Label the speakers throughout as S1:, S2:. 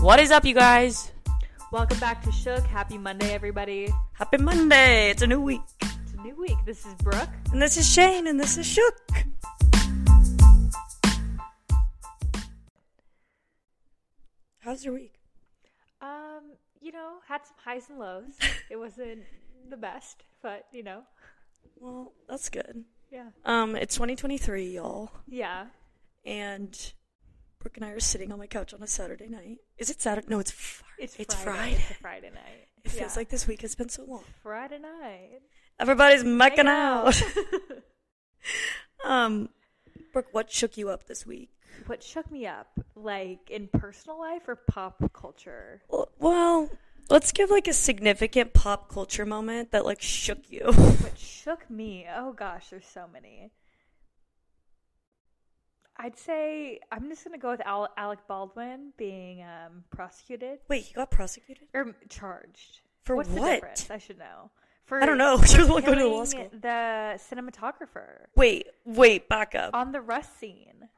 S1: What is up, you guys?
S2: Welcome back to Shook. Happy Monday, everybody.
S1: Happy Monday! It's a new week.
S2: It's a new week. This is Brooke.
S1: And this is Shane, and this is Shook. How's your week?
S2: Um, you know, had some highs and lows. it wasn't the best, but you know,
S1: Well, that's good.
S2: yeah,
S1: Um, it's 2023, y'all,
S2: yeah.
S1: and Brooke and I are sitting on my couch on a Saturday night. Is it Saturday? No, it's Friday.
S2: It's
S1: it's
S2: Friday.
S1: Friday.
S2: It's a Friday night.
S1: It feels
S2: Yeah.
S1: like this week has been so long.
S2: Friday night.
S1: Everybody's mucking
S2: Hang
S1: out. um, Brooke, what shook you up this week?
S2: what shook me up, like in personal life or pop culture?
S1: Well- Well, let's give like a significant pop culture moment that like shook you.
S2: What shook me? Oh gosh, there's so many. I'd say I'm just gonna go with Al- Alec Baldwin being um, prosecuted
S1: Wait, he got prosecuted?
S2: or charged
S1: For
S2: What's The
S1: what?
S2: difference? I should know. For
S1: I don't know. She was
S2: for
S1: like going to law
S2: killing
S1: school.
S2: The cinematographer
S1: Wait, wait, back up.
S2: on the rust scene.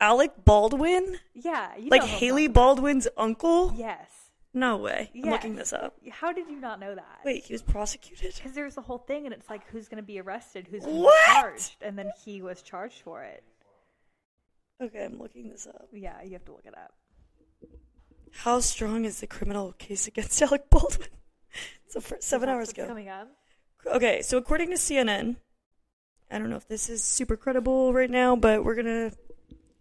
S1: Alec Baldwin?
S2: Yeah, you
S1: Like
S2: know who I'm
S1: Haley
S2: talking
S1: Baldwin's uncle?
S2: about. Yes.
S1: No way. I'm looking
S2: Yes.
S1: this up.
S2: How did you not know that?
S1: Wait, he was prosecuted?
S2: Because there's a whole thing, and it's like who's going to be arrested, who's going to
S1: What?
S2: be charged, and then he was charged for it.
S1: Okay, I'm looking this up.
S2: Yeah, you have to look it up.
S1: How strong is the criminal case against Alec Baldwin? So for seven
S2: That's
S1: hours
S2: what's
S1: ago.
S2: Coming up.
S1: Okay, so according to CNN, I don't know if this is super credible right now, but we're going to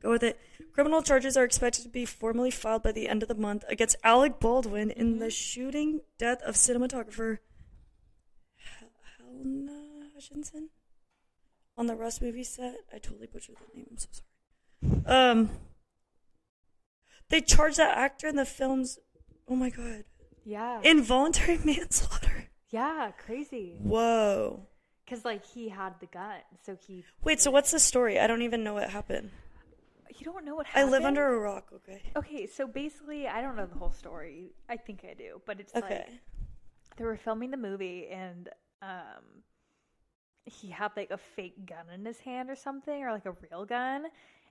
S1: go with it. Criminal charges are expected to be formally filed by the end of the month against Alec Baldwin in the shooting death of cinematographer Hel- Helena Hutchinson on the Rust movie set. I totally butchered that name. I'm so sorry. Um, they charged that actor in the film's, oh my God,
S2: Yeah.
S1: involuntary manslaughter.
S2: yeah, crazy.
S1: Whoa.
S2: Because like he had the gun, so he.
S1: Wait, so what's the story? I don't even know what happened.
S2: You don't know what
S1: I
S2: happened.
S1: live under a rock, okay?
S2: Okay, so basically, I don't know the whole story. I think I do, but it's like
S1: Okay.
S2: they were filming the movie and um he had like a fake gun in his hand or something or like a real gun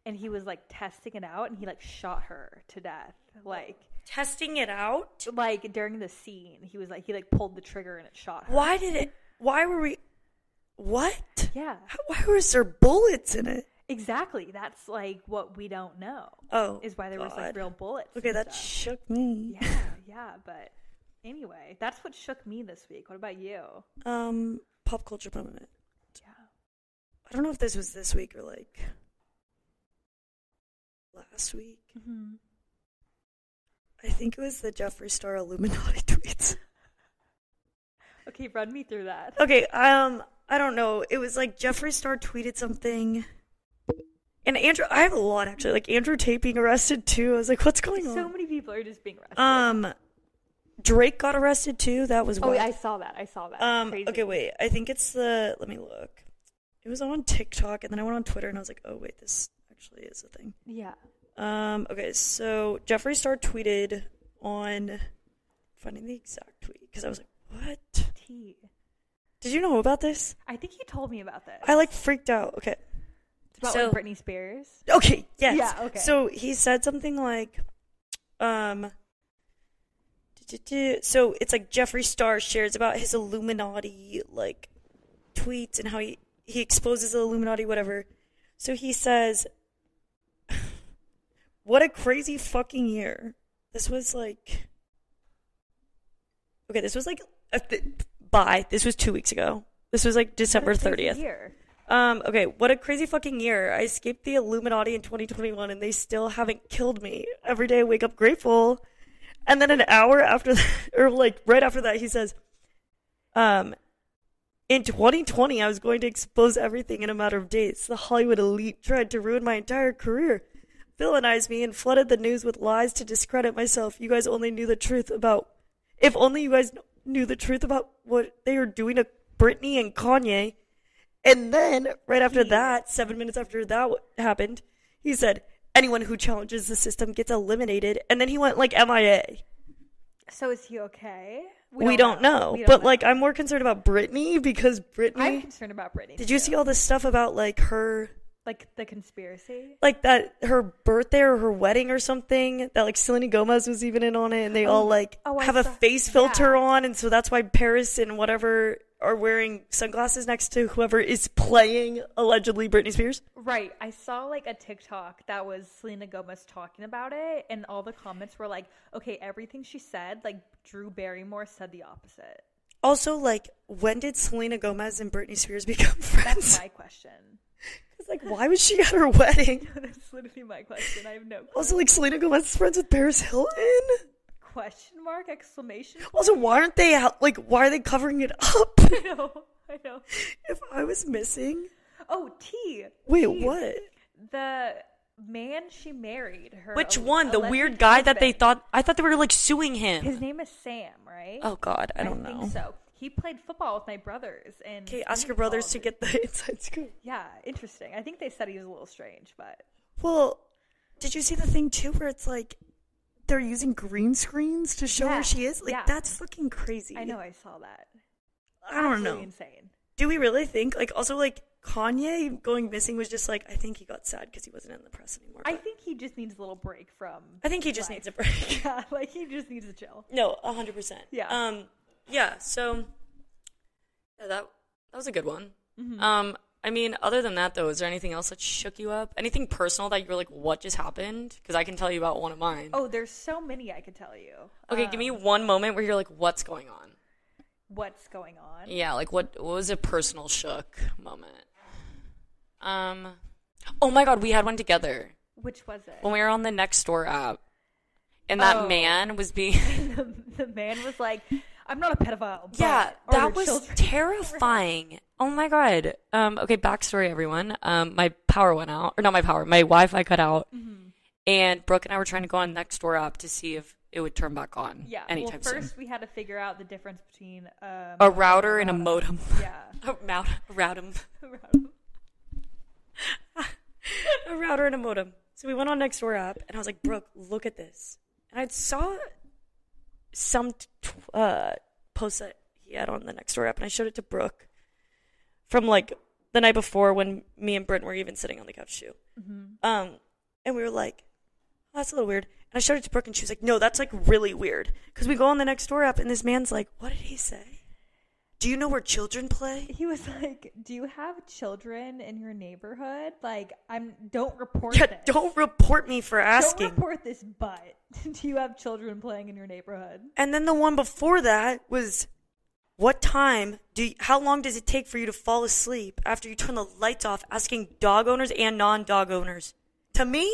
S2: and he was like testing it out and he like shot her to death like
S1: Testing it out?
S2: like during the scene he was like he like pulled the trigger and it shot her
S1: Why did it. Why were we. What?
S2: yeah
S1: How, why was there bullets in it?
S2: exactly that's like what we don't know
S1: Oh.
S2: is why there was like
S1: God.
S2: real bullets
S1: Okay,
S2: and
S1: that
S2: stuff.
S1: shook me.
S2: yeah yeah but anyway that's what shook me this week what about you
S1: Um, pop culture moment.
S2: yeah
S1: I don't know if this was this week or like. Last week.
S2: Mhm.
S1: I think it was the Jeffree Star Illuminati tweets.
S2: okay run me through that
S1: Okay, um, I don't know. It was like Jeffree Star tweeted something, and Andrew. I have a lot actually. Like Andrew Tate being arrested too. I was like, what's going
S2: so
S1: on?
S2: many people are just being arrested
S1: Um, Drake got arrested too. That was
S2: Oh,
S1: wild.
S2: wait, I saw that. I saw that.
S1: um,
S2: Crazy.
S1: okay, wait. I think it's the. Let me look. It was on TikTok, and then I went on Twitter, and I was like, oh wait, this actually is a thing.
S2: Yeah.
S1: Um, okay, so Jeffree Star tweeted on finding the exact tweet because I was like, what?
S2: T.
S1: Did you know about this?
S2: I think you told me about this.
S1: I like freaked out. Okay.
S2: It's about
S1: so-
S2: when Britney Spears.
S1: Okay, yes.
S2: Yeah, okay.
S1: So he said something like, um, so it's like Jeffree Star shares about his Illuminati, like, tweets and how he, he exposes the Illuminati, whatever. So he says, what a crazy fucking year. This was like, okay, this was like, a th- bye. This was two weeks ago. This was like December
S2: That's crazy
S1: 30th.
S2: Year.
S1: Um, okay, what a crazy fucking year. I escaped the Illuminati in 2021 and they still haven't killed me. Every day I wake up grateful. And then an hour after that, or like right after that, he says, um, in 2020, I was going to expose everything in a matter of days. The Hollywood elite tried to ruin my entire career, villainized me, and flooded the news with lies to discredit myself. You guys only knew the truth about. If only you guys knew the truth about what they were doing to Britney and Kanye. And then, right after
S2: Hmm.
S1: that, seven minutes after that w- happened, he said, Anyone who challenges the system gets eliminated. And then he went like MIA.
S2: So is he okay?
S1: We, don't know.
S2: We don't
S1: but,
S2: know.
S1: like, I'm more concerned about Britney because Britney.
S2: I'm concerned about Britney.
S1: Did you
S2: too.
S1: see all this stuff about like her?
S2: Like the conspiracy.
S1: like that her birthday or her wedding or something that like Selena Gomez was even in on it and they all like
S2: oh, I
S1: have a
S2: saw-
S1: face filter on and so that's why Paris and whatever are wearing sunglasses next to whoever is playing allegedly Britney Spears.
S2: Right. I saw like a TikTok that was Selena Gomez talking about it, and all the comments were like, okay, everything she said, like Drew Barrymore said the opposite.
S1: Also like when did Selena Gomez and Britney Spears become friends?
S2: That's my question.
S1: It's like why was she at her wedding?
S2: That's literally my question. I have no clue.
S1: Also like Selena Gomez is friends with Paris Hilton?
S2: question mark exclamation.
S1: Also why aren't they out like why are they covering it up?
S2: I know. I know.
S1: if I was missing.
S2: Oh, T.
S1: Wait,
S2: T.
S1: what?
S2: The man she married. Her.
S1: Which
S2: al-
S1: one? The
S2: alleged
S1: weird guy that they
S2: husband.
S1: thought I thought they were like suing him.
S2: His name is Sam, right?
S1: Oh God, I don't know.
S2: think so. He played football with my brothers, and
S1: Okay, ask your brothers to get the inside scoop.
S2: Yeah, interesting. I think they said he was a little strange, but
S1: Well, did you see the thing too where it's like they're using green screens to show
S2: Yeah,
S1: where she is? Like
S2: yeah.
S1: that's fucking crazy.
S2: I know I saw that.
S1: I don't
S2: Absolutely
S1: know.
S2: Insane.
S1: Do we really think like also like Kanye going missing was just like I think he got sad because he wasn't in the press anymore.
S2: I
S1: but
S2: think he just needs a little break from.
S1: I think he just needs a break.
S2: Yeah, like he just needs to chill.
S1: no, hundred percent.
S2: Yeah.
S1: Um. Yeah. So. Yeah, that that was a good one.
S2: Mm-hmm.
S1: Um. I mean, other than that, though, is there anything else that shook you up? Anything personal that you were like, "What just happened?" Because I can tell you about one of mine.
S2: Oh, um, there's so many I could tell you.
S1: Okay, give me one moment where you're like, "What's going on?"
S2: What's going on?
S1: Yeah, like what what was a personal shook moment? Um, oh my god, we had one together
S2: Which was it?
S1: when we were on the next door app, and that
S2: Oh.
S1: man was being
S2: the, the man was like, "I'm not a pedophile." but-
S1: yeah,
S2: or your
S1: that was
S2: children."
S1: terrifying. Oh my god. Um, okay, backstory, everyone. Um, my power went out, or not my power, my Wi-Fi cut out, and Brooke and I were trying to go on next door app to see if it would turn back on.
S2: Yeah.
S1: anytime
S2: well, first
S1: soon.
S2: we had to figure out the difference between um,
S1: A router and a modem.
S2: yeah,
S1: A mou- a routum. a router and a modem. So we went on Nextdoor app, and I was like, Brooke, look at this. And I saw some t- tw- uh, post that he had on the Nextdoor app, and I showed it to Brooke from like the night before when me and Brent were even sitting on the couch too. Um, and we were like, oh, that's a little weird. And I showed it to Brooke, and she was like, no, that's like really weird. Because we go on the Nextdoor app, and this man's like, what did he say? Do you know where children play?
S2: he was like, "Do you have children in your neighborhood? Like, I'm don't report
S1: Yeah,
S2: this.
S1: don't report me for asking.
S2: don't report this. But do you have children playing in your neighborhood?
S1: and then the one before that was, what time do? You, how long does it take for you to fall asleep after you turn the lights off? Asking dog owners and non-dog owners. To me,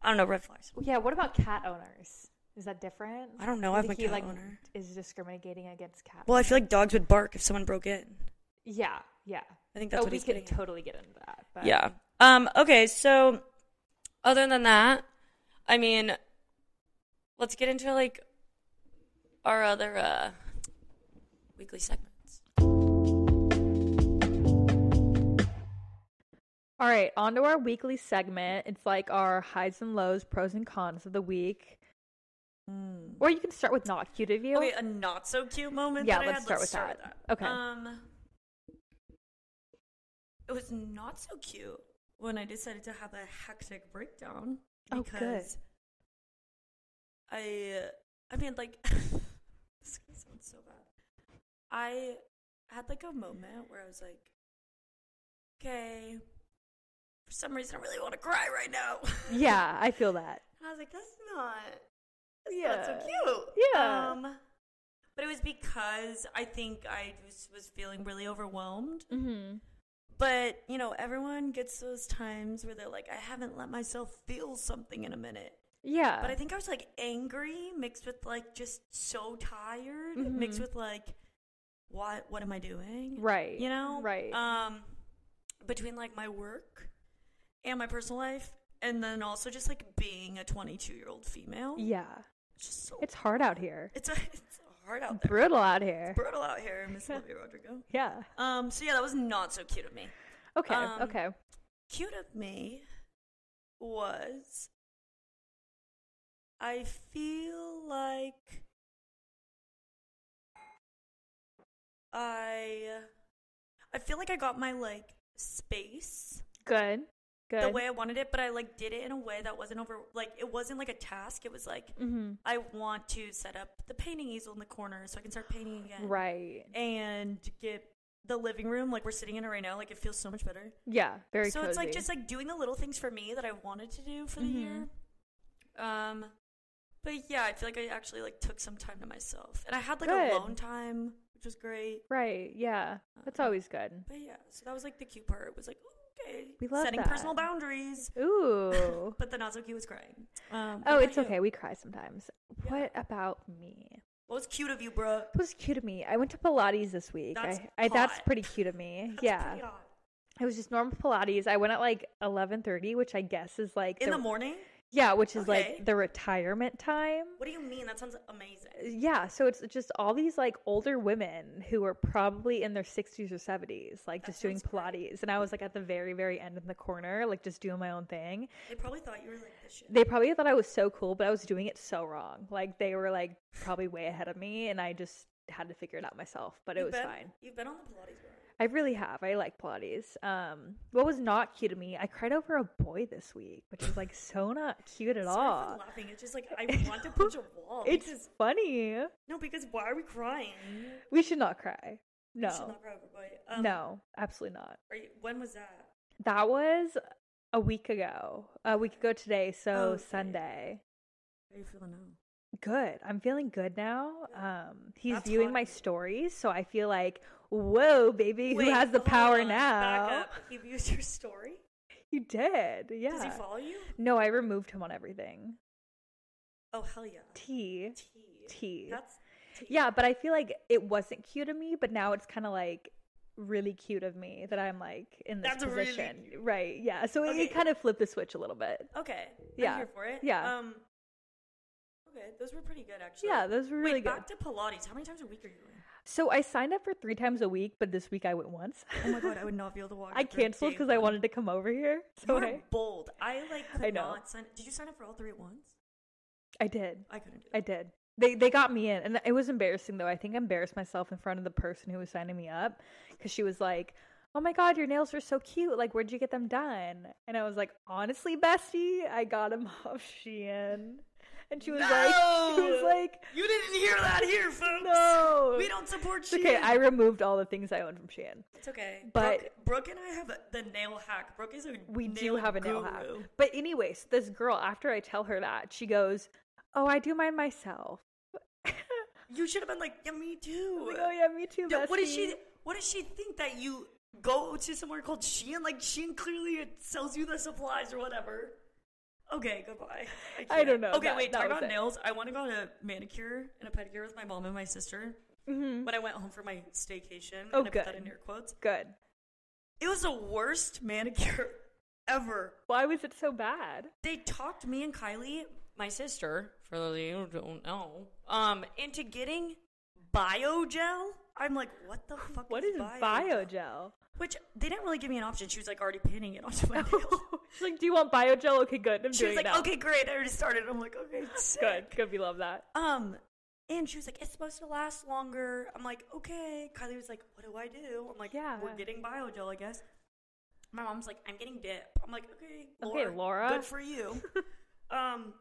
S1: I don't know red flags.
S2: Yeah. What about cat owners? Is that different?
S1: I don't know,
S2: You
S1: I'm
S2: think
S1: a
S2: he,
S1: cat
S2: like,
S1: owner.
S2: Is discriminating against cat.
S1: Well, I feel like dogs would bark if someone broke in.
S2: yeah, yeah.
S1: I think that's
S2: oh,
S1: what
S2: we
S1: he's
S2: could
S1: getting at.
S2: totally get into that. But.
S1: Yeah. Um. Okay. So, other than that, I mean, let's get into like our other uh, weekly segments.
S2: All right, on to our weekly segment. It's like our highs and lows, pros and cons of the week.
S1: Hmm.
S2: Or you can start with not cute of you.
S1: Okay, a not so cute moment.
S2: Yeah,
S1: that I
S2: let's
S1: had.
S2: start with that. Okay.
S1: Um, it was not so cute when I decided to have a hectic breakdown
S2: Oh, good.
S1: because I, I mean, like, this gonna sound so bad. I had like a moment where I was like, okay, for some reason I really want to cry right now.
S2: yeah, I feel that.
S1: And I was like, that's not, that's not so
S2: Yeah.
S1: cute.
S2: Yeah.
S1: Um, but it was because I think I just was feeling really overwhelmed.
S2: Mm-hmm.
S1: But, you know, everyone gets those times where they're like, I haven't let myself feel something in a minute.
S2: Yeah.
S1: But I think I was like angry mixed with like just so tired, mixed
S2: Mm-hmm.
S1: with like, what, what am I doing?
S2: right.
S1: You know?
S2: Right.
S1: Um, between like my work and my personal life. And then also just like being a 22 year old female.
S2: yeah.
S1: It's just so
S2: It's hard out here.
S1: it's a, it's hard out there.
S2: Brutal out here.
S1: Brutal out here, Miss Olivia Rodrigo.
S2: Yeah.
S1: Um, so yeah, that was not so cute of me.
S2: Okay.
S1: Um,
S2: okay.
S1: Cute of me was I feel like I I feel like I got my like space
S2: Good. Good.
S1: the way I wanted it, but I like did it in a way that wasn't over like it wasn't like a task. It was like
S2: Mhm.
S1: I want to set up the painting easel in the corner so I can start painting again.
S2: Right.
S1: And get the living room like we're sitting in it right now, like it feels so much better.
S2: Yeah. Very.
S1: so it's
S2: cozy.
S1: like
S2: Mm-hmm.
S1: just like doing the little things for me that I wanted to do for the year. Um but yeah, I feel like I actually like took some time to myself. And I had like
S2: Good.
S1: alone time, which was great.
S2: right. Yeah. That's always good.
S1: But yeah, so that was like the cute part. It was like okay,
S2: We love
S1: setting
S2: that.
S1: personal boundaries.
S2: Ooh.
S1: But then Azuki was crying. Um,
S2: oh,
S1: what
S2: it's
S1: about you?
S2: okay. We cry sometimes. What about me?
S1: What was cute of you, bro?
S2: It was cute of me. I went to Pilates this week.
S1: That's
S2: I, I that's
S1: hot.
S2: pretty cute of me. yeah.
S1: Pretty odd.
S2: It was just normal Pilates. I went at like 11:30, which I guess is like
S1: In the morning?
S2: yeah, which is
S1: Okay.
S2: like the retirement time.
S1: What do you mean? That sounds amazing.
S2: Yeah, so it's just all these like older women who were probably in their 60s or 70s, like
S1: That
S2: just doing
S1: sounds great.
S2: Pilates. And I was like at the very, very end in the corner, like just doing my own thing.
S1: They probably thought you were like this shit.
S2: They probably thought I was so cool, but I was doing it so wrong. Like they were like probably way ahead of me, and I just had to figure it out myself, but it
S1: You've
S2: was
S1: been-
S2: fine.
S1: You've been on the Pilates bar.
S2: I really have. I like Pilates. Um, what was not cute to me, I cried over a boy this week, which is like so not cute at
S1: Sorry for
S2: all.
S1: laughing. It's just like I want to punch a wall.
S2: It's
S1: because-
S2: funny.
S1: no, because why are we crying?
S2: We should not cry.
S1: You
S2: No,
S1: should not cry over boy. Um,
S2: no, absolutely not.
S1: Are you, when was that?
S2: That was a week ago. A week ago today, so
S1: Oh, okay.
S2: Sunday.
S1: How are you feeling now? Good.
S2: Good. I'm feeling good now.
S1: Yeah.
S2: Um, he's
S1: That's
S2: viewing
S1: hot.
S2: my stories, so I feel like, whoa, baby,
S1: Wait,
S2: who has the
S1: hold
S2: power
S1: on.
S2: now?
S1: Back up. He views your story.
S2: You did, yeah.
S1: Does he follow you?
S2: no, I removed him on everything.
S1: Oh hell yeah.
S2: T.
S1: T.
S2: T.
S1: That's T.
S2: Yeah, but I feel like it wasn't cute of me, but now it's kind of like really cute of me that I'm like in this
S1: That's really
S2: position, right? Yeah, so it,
S1: Okay.
S2: it kind of flipped the switch a little bit.
S1: Okay. I'm
S2: Yeah.
S1: here for it.
S2: Yeah.
S1: Um. Okay, those were pretty good actually.
S2: yeah, those were really
S1: Wait,
S2: good.
S1: back to Pilates. How many times a week are you going?
S2: So I signed up for three times a week, but this week I went once.
S1: Oh my god, I would not be able to walk.
S2: I canceled because I wanted to come over here. So
S1: You're
S2: I,
S1: bold. I like could
S2: I know.
S1: not sign. Did you sign up for all three at once?
S2: I did.
S1: I couldn't do.
S2: I did. They they got me in, and it was embarrassing though. I think I embarrassed myself in front of the person who was signing me up because she was like, "Oh my god, your nails are so cute! Like, where'd you get them done?" And I was like, "Honestly, bestie, I got them off Shein." And she was like, "She was
S1: No!
S2: like,
S1: You didn't hear that here, folks.
S2: no,
S1: We don't support
S2: It's okay,
S1: Shein.
S2: I removed all the things I owned from Shein.
S1: It's okay.
S2: but-
S1: Brooke, Brooke and I have a, the nail hack. Brooke is a
S2: we
S1: nail
S2: do have a nail
S1: guru.
S2: hack. But anyways, this girl, after I tell her that, she goes, "Oh, I do mine myself."
S1: You should have been like, yeah, me
S2: I'm
S1: too.
S2: like, oh yeah, me too.
S1: Yeah, what does
S2: bestie."
S1: she? What does she think that you go to somewhere called Shein? Like Shein clearly it sells you the supplies or whatever. Okay, goodbye.
S2: I
S1: can't.
S2: don't know.
S1: Okay,
S2: That-
S1: wait.
S2: that
S1: Talk
S2: was
S1: about
S2: it.
S1: nails. I want to go on a manicure and a pedicure with my mom and my sister
S2: Mhm.
S1: when I went home for my staycation.
S2: Oh,
S1: and I put that
S2: good.
S1: in air quotes.
S2: Good.
S1: It was the worst manicure ever.
S2: Why was it so bad?
S1: They talked me and Kylie, my sister, for those of you who don't know, um, into getting bio gel. I'm like, what the fuck?
S2: What
S1: is
S2: is
S1: bio
S2: biogel?
S1: Which they didn't really give me an option. She was like already pinning it onto my nail.
S2: She's like, do you want biogel? Okay, good. I'm
S1: She
S2: doing
S1: was like,
S2: it now.
S1: okay, great. I already started. I'm like, okay, sick.
S2: good. Good. We love that.
S1: Um, and she was like, it's supposed to last longer. I'm like, okay. Kylie was like, what do I do? I'm like, yeah,
S2: Yeah.
S1: we're getting biogel, I guess. My mom's like, I'm getting dip. I'm like, okay, Laura,
S2: Okay, Laura."
S1: good for you. um,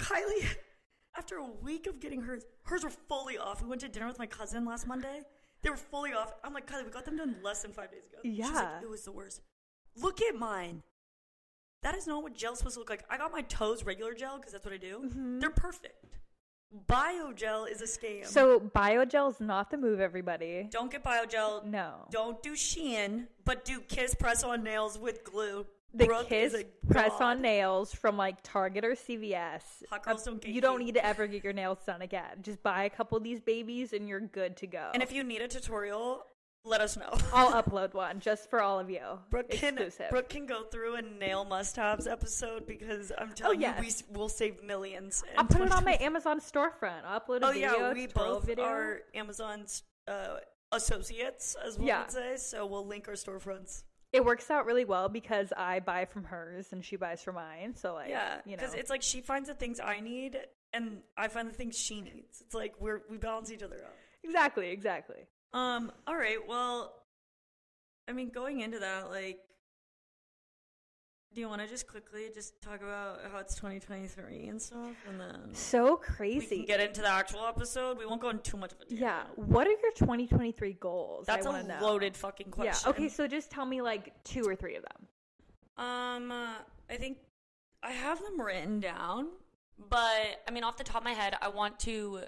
S1: Kylie, after a week of getting hers, hers were fully off. We went to dinner with my cousin last Monday. They were fully off. I'm like, Kylie, we got them done less than five days ago. She's
S2: Yeah.
S1: like, it was the worst. Look at mine. That is not what gel's supposed to look like. I got my toes regular gel because that's what I do.
S2: Mm-hmm.
S1: They're perfect. Biogel is a scam.
S2: So biogel is not the move, everybody.
S1: don't get biogel.
S2: No.
S1: Don't do Shein, but do Kiss Press on Nails with glue.
S2: The
S1: Brooke
S2: kids
S1: is a
S2: press
S1: god.
S2: on nails from like Target or CVS.
S1: Hot girls don't
S2: You don't
S1: gatekeep.
S2: need to ever get your nails done again. Just buy a couple of these babies and you're good to go.
S1: And if you need a tutorial, let us know.
S2: I'll upload one just for all of you.
S1: Brooke can,
S2: Exclusive.
S1: Brooke can go through a nail must-haves episode because I'm telling
S2: Oh, yes.
S1: you, we s- will save millions.
S2: I'll
S1: in
S2: put it on my
S1: 2020.
S2: Amazon storefront. I'll upload a
S1: Oh
S2: video.
S1: yeah, we
S2: tutorial
S1: both
S2: video.
S1: are Amazon's uh, associates, as one
S2: Yeah.
S1: would say. So we'll link our storefronts.
S2: it works out really well because I buy from hers and she buys from mine. So like,
S1: yeah,
S2: you know,
S1: because it's like she finds the things I need, and I find the things she needs. It's like we're we balance each other out.
S2: exactly, exactly.
S1: Um. All right. Well, I mean, going into that, like, Do you want to just quickly just talk about how it's 2023 and stuff, and then
S2: So
S1: we
S2: crazy.
S1: can get into the actual episode? We won't go into too much of a tangent.
S2: yeah. What are your 2023 goals? I
S1: that's
S2: wanna know.
S1: a loaded fucking
S2: Yeah.
S1: question.
S2: Okay. So just tell me like two or three of them.
S1: Um, uh, I think I have them written down,
S3: But I mean, off the top of my head, I want to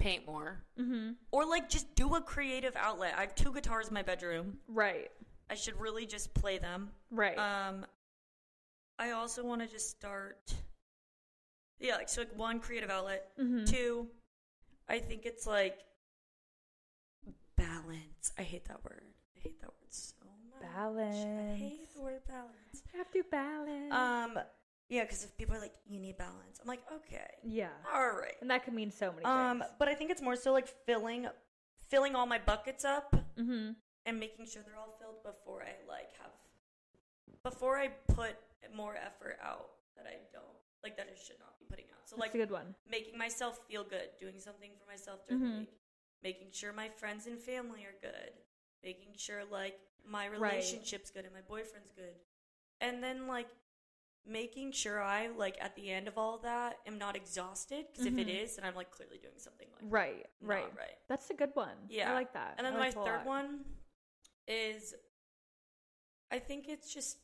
S3: paint more
S2: Mm-hmm.
S1: or like just do a creative outlet. I have two guitars in my bedroom.
S2: Right.
S1: I should really just play them.
S2: Right.
S1: Um, I also want to just start. Yeah, like so, like one creative outlet.
S2: Mhm.
S1: Two, I think it's like balance. I hate that word. I hate that word so much. I hate
S2: Balance.
S1: the word balance.
S2: Have to balance.
S1: Um, yeah, because if people are like, you need balance, I'm like, okay,
S2: yeah.
S1: all right.
S2: And that could mean so many
S1: Um,
S2: things.
S1: but I think it's more so like filling, filling all my buckets up
S2: Mm-hmm.
S1: and making sure they're all filled before I like have, before I put more effort out that I don't like that I should not be putting out. So like
S2: That's a good one.
S1: making myself feel good, doing something for myself during
S2: Mhm.
S1: the week, making sure my friends and family are good, making sure like my
S2: Right.
S1: relationship's good and my boyfriend's good. And then like making sure I like at the end of all that am not exhausted because if it
S2: Mhm.
S1: is then I'm like clearly doing something like
S2: Right.
S1: not
S2: Right.
S1: right.
S2: That's a good one.
S1: Yeah.
S2: I like that.
S1: And then
S2: I like
S1: my
S2: it a
S1: third
S2: lot.
S1: one is I think it's just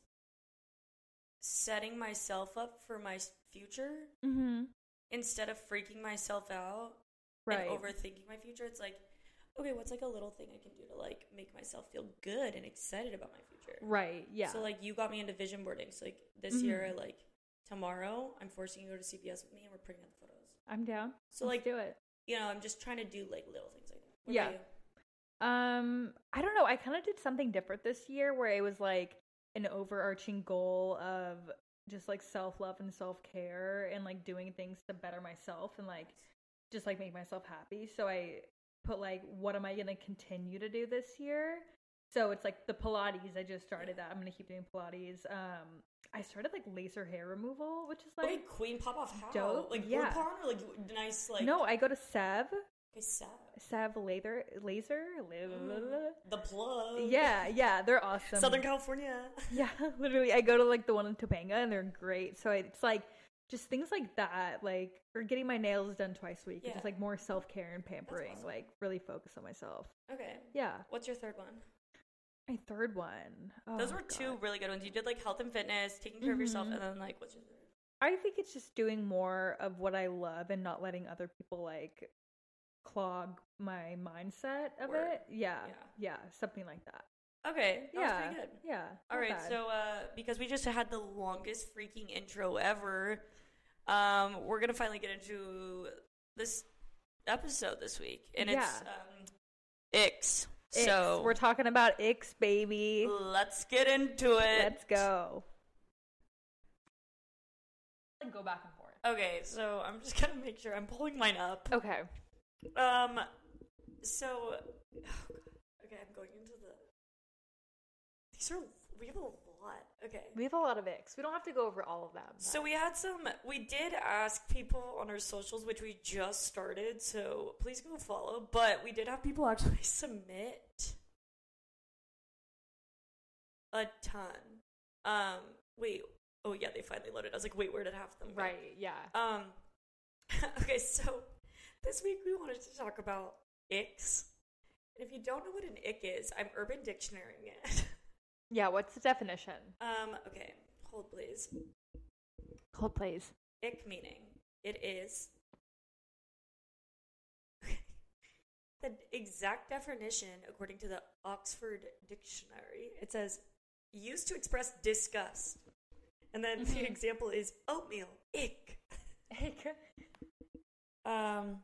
S1: setting myself up for my s- future
S2: Mm-hmm.
S1: instead of freaking myself out
S2: Right.
S1: and overthinking my future. It's like, okay, what's like a little thing I can do to like make myself feel good and excited about my future?
S2: right. Yeah. Mm-hmm.
S1: So like you got me into vision boarding. So like this year, I like tomorrow, I'm forcing you to go to CPS with me and we're printing out the photos.
S2: I'm down.
S1: So,
S2: Let's
S1: like,
S2: do it.
S1: You know, I'm just trying to do like little things like that. What
S2: Yeah.
S1: about you?
S2: Um, I don't know. I kind of did something different this year where it was like an overarching goal of just like self love and self care and like doing things to better myself and like just like make myself happy. So I put like, what am I going to continue to do this year? So it's like the Pilates. I just started that. I'm going to keep doing Pilates. Um, I started like laser hair removal, which is like,
S1: okay, Queen pop off how?
S2: dope,
S1: Like
S2: yeah.
S1: RuPaul or like w- nice like
S2: no, I go to Sev,
S1: okay, sad.
S2: Sev laser, laser,
S1: Mm. the plug.
S2: Oh, yeah, yeah, they're awesome.
S1: Southern California.
S2: Yeah, literally. I go to like the one in Topanga and they're great. So I, it's like just things like that, like or getting my nails done twice a week, and
S1: Yeah.
S2: just like more self care and pampering,
S1: awesome.
S2: like really focus on myself.
S1: Okay.
S2: Yeah,
S1: What's your third one?
S2: my third one. Oh
S1: Those
S2: my
S1: were two
S2: God.
S1: really good ones. You did like health and fitness, taking care of yourself,
S2: Mhm.
S1: and then like what's your third?
S2: I think it's just doing more of what I love and not letting other people like clog my mindset of
S1: Word.
S2: it. Yeah, yeah,
S1: Yeah.
S2: something like that.
S1: Okay, that was
S2: yeah,
S1: pretty good.
S2: yeah.
S1: All
S2: not
S1: right,
S2: bad.
S1: so uh, because we just had the longest freaking intro ever, um, we're gonna finally get into this episode this week, and it's
S2: Yeah.
S1: um, Ix.
S2: Icks.
S1: So
S2: we're talking about icks, baby.
S1: let's get into it.
S2: Let's go. Go back and forth.
S1: Okay, so I'm just gonna make sure I'm pulling mine up.
S2: Okay.
S1: Um, so oh God. okay, I'm going into the. These are we have a lot. Okay,
S2: We have a lot of icks. We don't have to go over all of them.
S1: So we had some. We did ask people on our socials, which we just started. So please go follow. But we did have people actually submit a ton. Um. Wait. Oh yeah, they finally loaded. I was like, wait, where did half of them? go?
S2: right, yeah.
S1: Um. okay. So this week we wanted to talk about icks. And if you don't know what an ick is, I'm Urban Dictionarying it.
S2: Yeah, what's the definition?
S1: um. Okay. Hold please.
S2: Hold please.
S1: ick meaning. It is the exact definition according to the Oxford Dictionary. It says used to express disgust. And then the example is oatmeal, ick. Um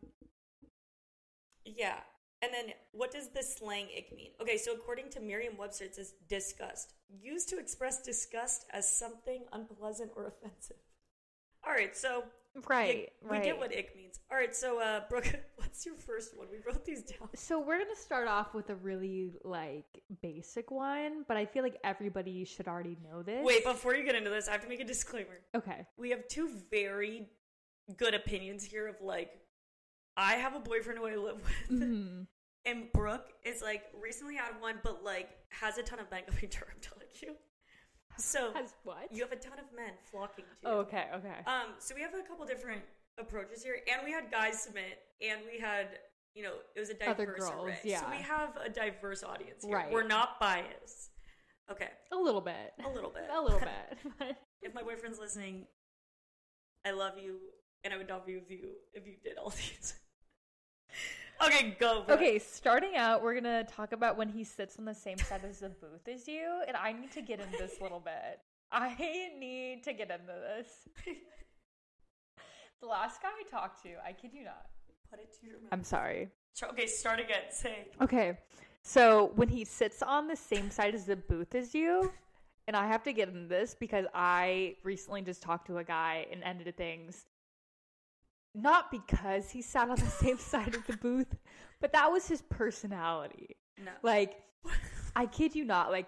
S1: yeah. And then what does the slang ick mean? Okay, so according to Merriam-Webster it says disgust. Used to express disgust as something unpleasant or offensive. All right, so
S2: right,
S1: yeah,
S2: right.
S1: We get what ick means. All right, so uh, Brooke, what's your first one? We wrote these down.
S2: so we're gonna start off with a really like basic one, but I feel like everybody should already know this.
S1: Wait, before you get into this, I have to make a disclaimer.
S2: Okay.
S1: We have two very good opinions here of like, I have a boyfriend who I live with,
S2: Mhm.
S1: and Brooke is like recently had one, but like has a ton of backup. I'm telling you, So
S4: Has what?
S1: you have a ton of men flocking to you.
S4: Oh, okay, okay.
S1: Um, so we have a couple different approaches here, and we had guys submit, and we had you know it was a diverse
S4: Other girls,
S1: array. So
S4: yeah.
S1: we have a diverse audience here.
S4: Right.
S1: We're not biased. Okay,
S4: a little bit.
S1: a little bit.
S4: A little bit.
S1: if my boyfriend's listening, I love you, and I would love you if you if you did all these. okay, go. Brooke.
S2: Okay, starting out, we're gonna talk about when he sits on the same side as the booth as you, and I need to get in this little bit. I need to get into this. the last guy I talked to, I kid you not.
S1: put it to your mouth.
S2: I'm sorry.
S1: Tr- Okay, start again. Say
S2: Okay, so when he sits on the same side as the booth as you, and I have to get in this because I recently just talked to a guy and ended things. Not because he sat on the same side of the booth, but that was his personality.
S1: no.
S2: Like, I kid you not. Like,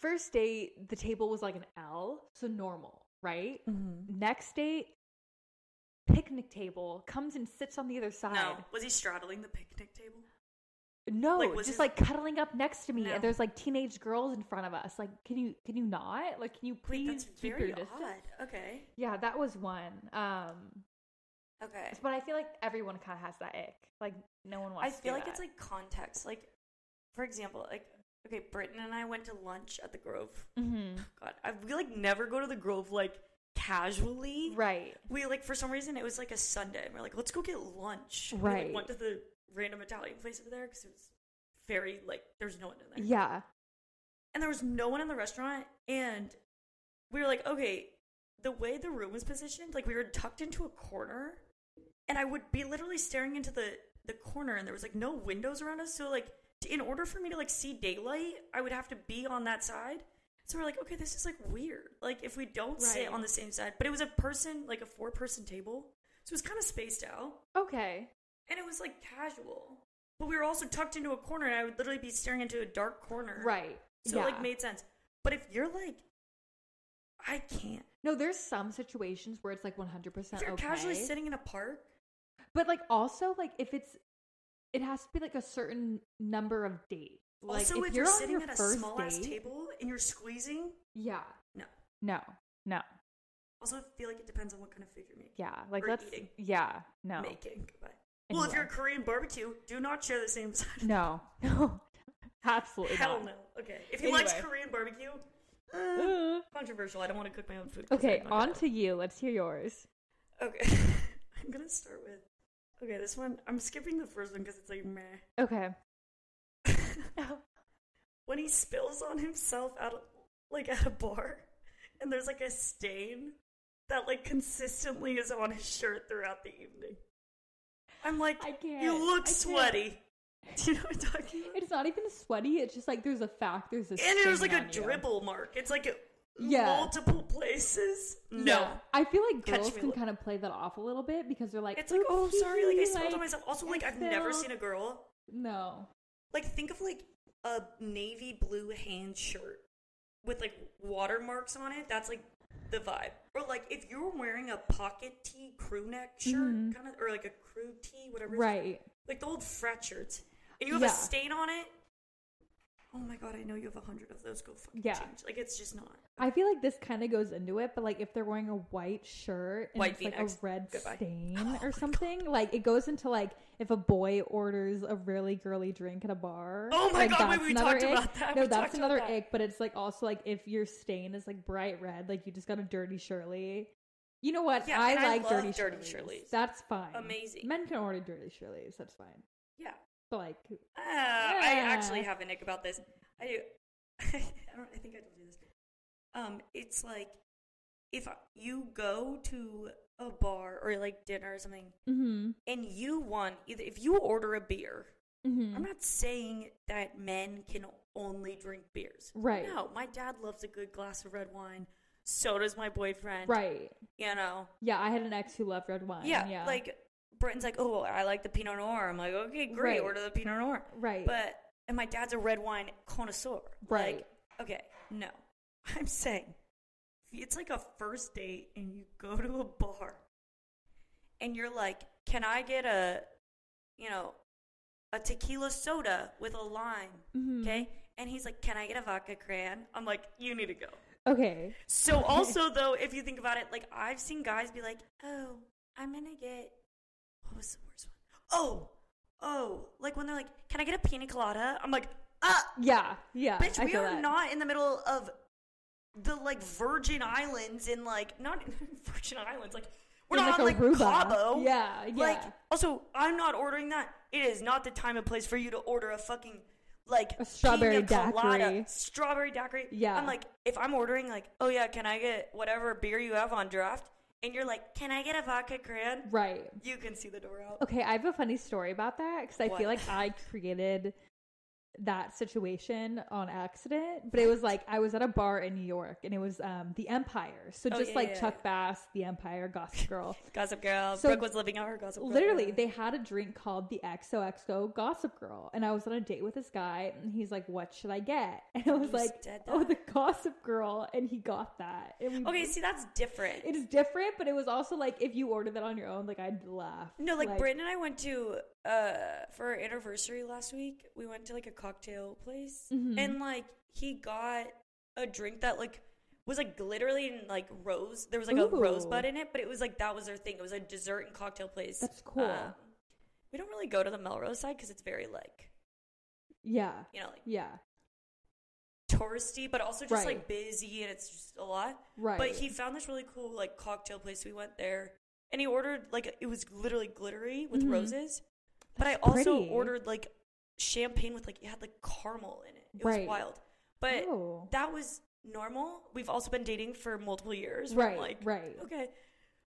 S2: first date, the table was like an L, so normal, right?
S1: Mm-hmm.
S2: Next date, picnic table comes and sits on the other side.
S1: no. Was he straddling the picnic table?
S2: No,
S1: Like, was
S2: just
S1: his-
S2: like cuddling up next to me,
S1: No.
S2: and there's like teenage girls in front of us. Like, can you can you not? Like, can you
S1: Wait,
S2: please
S1: that's
S2: keep
S1: very
S2: your distance?
S1: odd. Okay.
S2: Yeah, that was one. Um,
S1: Okay.
S2: but I feel like everyone kind of has that ick. Like, no one wants.
S1: Eh. I
S2: to do
S1: feel like
S2: that.
S1: it's like context. Like, for example, like okay, Britton and I went to lunch at the Grove.
S2: Mhm.
S1: God, I we like never go to the Grove like casually.
S2: right.
S1: We like for some reason it was like a Sunday. And we're like, let's go get lunch. And We
S2: Right.
S1: like, went to the random Italian place over there because it was very like there's no one in there.
S2: Yeah.
S1: And there was no one in the restaurant, and we were like, okay, the way the room was positioned, like we were tucked into a corner, and I would be literally staring into the the corner, and there was like no windows around us. So like, t- in order for me to like see daylight, I would have to be on that side. So we're like, okay, this is like weird. Like if we don't sit
S4: Right.
S1: on the same side, but it was a person, like a four person table, so it was kind of spaced out,
S2: Okay.
S1: and it was like casual. But we were also tucked into a corner, and I would literally be staring into a dark corner.
S2: Right.
S1: So it,
S2: yeah.
S1: like made sense. But if you're like, I can't.
S2: No, there's some situations where it's like 100
S1: If
S2: percent
S1: you're
S2: okay.
S1: casually sitting in a park,
S2: but like also like if it's, it has to be like a certain number of dates. Like
S1: also if,
S2: you're,
S1: you're,
S2: on
S1: sitting
S2: your
S1: at a
S2: first
S1: small ass
S2: date-
S1: table and you're squeezing,
S2: Yeah.
S1: no.
S2: No. No.
S1: Also, I feel like it depends on what kind of food you're making.
S2: Yeah. Like
S1: Or
S2: let's.
S1: eating.
S2: Yeah. No.
S1: Making. Goodbye. Well, if
S2: Anyway.
S1: you're a Korean barbecue, do not share the same side.
S2: No. No. Absolutely
S1: Hell
S2: not.
S1: no. Okay. If he likes
S2: Anyway.
S1: Korean barbecue,
S2: Uh,
S1: controversial. I don't want to cook my own food. 'cause
S2: okay,
S1: I'm not
S2: on
S1: good
S2: to you. Let's hear yours.
S1: at it. Okay. I'm gonna start with. Okay, this one I'm skipping the first one because it's like meh.
S2: Okay.
S1: when he spills on himself out of, like at a bar and there's like a stain that like consistently is on his shirt throughout the evening. I'm like,
S2: I can't.
S1: you
S2: I
S1: look
S2: can't.
S1: sweaty. Do you know what I'm talking about?
S2: It's not even sweaty. It's just like there's a fact. There's a
S1: and there's
S2: stain
S1: like a
S2: on you.
S1: dribble mark. It's like a,
S2: Yeah.
S1: multiple places. No.
S2: Yeah. I feel like
S1: Catch
S2: girls
S1: me
S2: can
S1: li-
S2: kind of play that off a little bit because they're like,
S1: It's like, oh, sorry, like I
S2: "Oopsie,"
S1: spilled on
S2: like,
S1: myself. Also,
S2: I
S1: like I've never
S2: spilled.
S1: seen a girl
S2: No.
S1: like think of like a navy blue hand shirt with like watermarks on it that's like the vibe or like if you're wearing a pocket tee crew neck shirt
S2: Mhm.
S1: kind of or like a crew tee whatever it's-
S2: Right.
S1: like the old frat shirts and you have
S2: Yeah.
S1: a stain on it oh my god i know you have a hundred of those go fucking
S2: Yeah.
S1: change like it's just not
S2: I feel like this kind of goes into it, but like if they're wearing a white shirt and
S1: White
S2: it's like a
S1: V-necks.
S2: red
S1: Goodbye. Oh
S2: stain
S1: my
S2: or
S1: God.
S2: something, like it goes into like if a boy orders a really girly drink at a bar.
S1: Oh my
S2: like,
S1: God, wait,
S2: that's
S1: we
S2: another
S1: talked
S2: ick.
S1: about that.
S2: No,
S1: We
S2: that's
S1: talked about
S2: another
S1: that.
S2: ick, but it's like also like if your stain is like bright red, like you just got a dirty Shirley. You know what?
S1: Yeah,
S2: I
S1: and I
S2: like
S1: love
S2: dirty,
S1: Dirty
S2: Shirleys.
S1: Shirleys.
S2: That's fine.
S1: Amazing.
S2: Men can order dirty Shirleys. That's fine.
S1: yeah
S2: But like,
S1: Uh, I actually
S2: Yeah.
S1: have a nick about this. I do. I don't. I think I told you this. Um, it's like if you go to a bar or like dinner or something,
S2: mm-hmm,
S1: and you want either if you order a beer.
S2: mm-hmm.
S1: I'm not saying that men can only drink beers.
S2: Right.
S1: No, my dad loves a good glass of red wine. So does my boyfriend.
S2: right.
S1: You know.
S2: Yeah, I had an ex who loved red wine.
S1: Yeah.
S2: Yeah,
S1: Like Britton's like, oh, I like the Pinot Noir. I'm like, okay, great.
S2: Right.
S1: Order the Pinot Noir.
S2: right.
S1: But and my dad's a red wine connoisseur.
S2: Right.
S1: Like, okay, no. I'm saying if it's like a first date and you go to a bar and you're like, "Can I get a you know, a tequila soda with a lime?"
S2: Mhm.
S1: Okay? And he's like, Can I get a vodka crayon? I'm like, You need to go.
S2: Okay.
S1: So, also, though, if you think about it, like, I've seen guys be like, Oh, I'm going to get. What was the worst one? Oh, oh. Like, when they're like, Can I get a pina colada? I'm like, Ah,
S2: Yeah. Yeah.
S1: bitch,
S2: I
S1: we
S2: feel
S1: are
S2: that.
S1: not in the middle of the, like, Virgin Islands in, like, not Virgin Islands. Like, we're
S2: In,
S1: not on, like,
S2: Aruba.
S1: Cabo.
S2: Yeah. Yeah.
S1: Like, also, I'm not ordering that. It is not the time and place for you to order a fucking like
S2: A strawberry
S1: pina colada,
S2: daiquiri.
S1: strawberry daiquiri.
S2: Yeah.
S1: I'm like, if I'm ordering, like, oh yeah, can I get whatever beer you have on draft? And you're like, can I get a vodka crayon?
S2: right.
S1: You can see the door out.
S2: Okay, I have a funny story about that because I
S1: What?
S2: feel like I created that situation on accident. But it was like I was at a bar in New York and it was um the Empire. So
S1: Oh,
S2: just
S1: yeah,
S2: like
S1: yeah,
S2: Chuck Bass, the Empire, Gossip Girl.
S1: Gossip Girl.
S2: So-
S1: Brooke was living out her Gossip Girl.
S2: Literally,
S1: era.
S2: they had a drink called the XOXO Gossip Girl. And I was on a date with this guy and he's like, What should I get? And I was
S1: You
S2: like,
S1: said
S2: Oh,
S1: that.
S2: the Gossip Girl. And he got that. And we-
S1: Okay, see, that's different.
S2: It is different, but it was also like if you ordered that on your own, like I'd laugh.
S1: No, like, Brandon and I went to uh for our anniversary last week. We went to like a cocktail place,
S2: Mhm.
S1: and like he got a drink that like was like literally in like rose. There was like a
S2: Ooh.
S1: rosebud in it, but it was like that was their thing. It was a dessert and cocktail place.
S2: That's cool.
S1: Um, we don't really go to the Melrose side because it's very like
S2: Yeah.
S1: you know like
S2: Yeah.
S1: touristy, but also just
S2: Right.
S1: like busy and it's just a lot.
S2: Right.
S1: But he found this really cool like cocktail place. We went there, and he ordered like it was literally glittery with
S2: Mhm.
S1: roses. But I
S2: That's
S1: also
S2: pretty.
S1: ordered like champagne with like it had like caramel in it. It
S2: Right.
S1: was wild. But
S2: Oh.
S1: that was normal. We've also been dating for multiple years. where I'm
S2: Right,
S1: like
S2: right.
S1: Okay.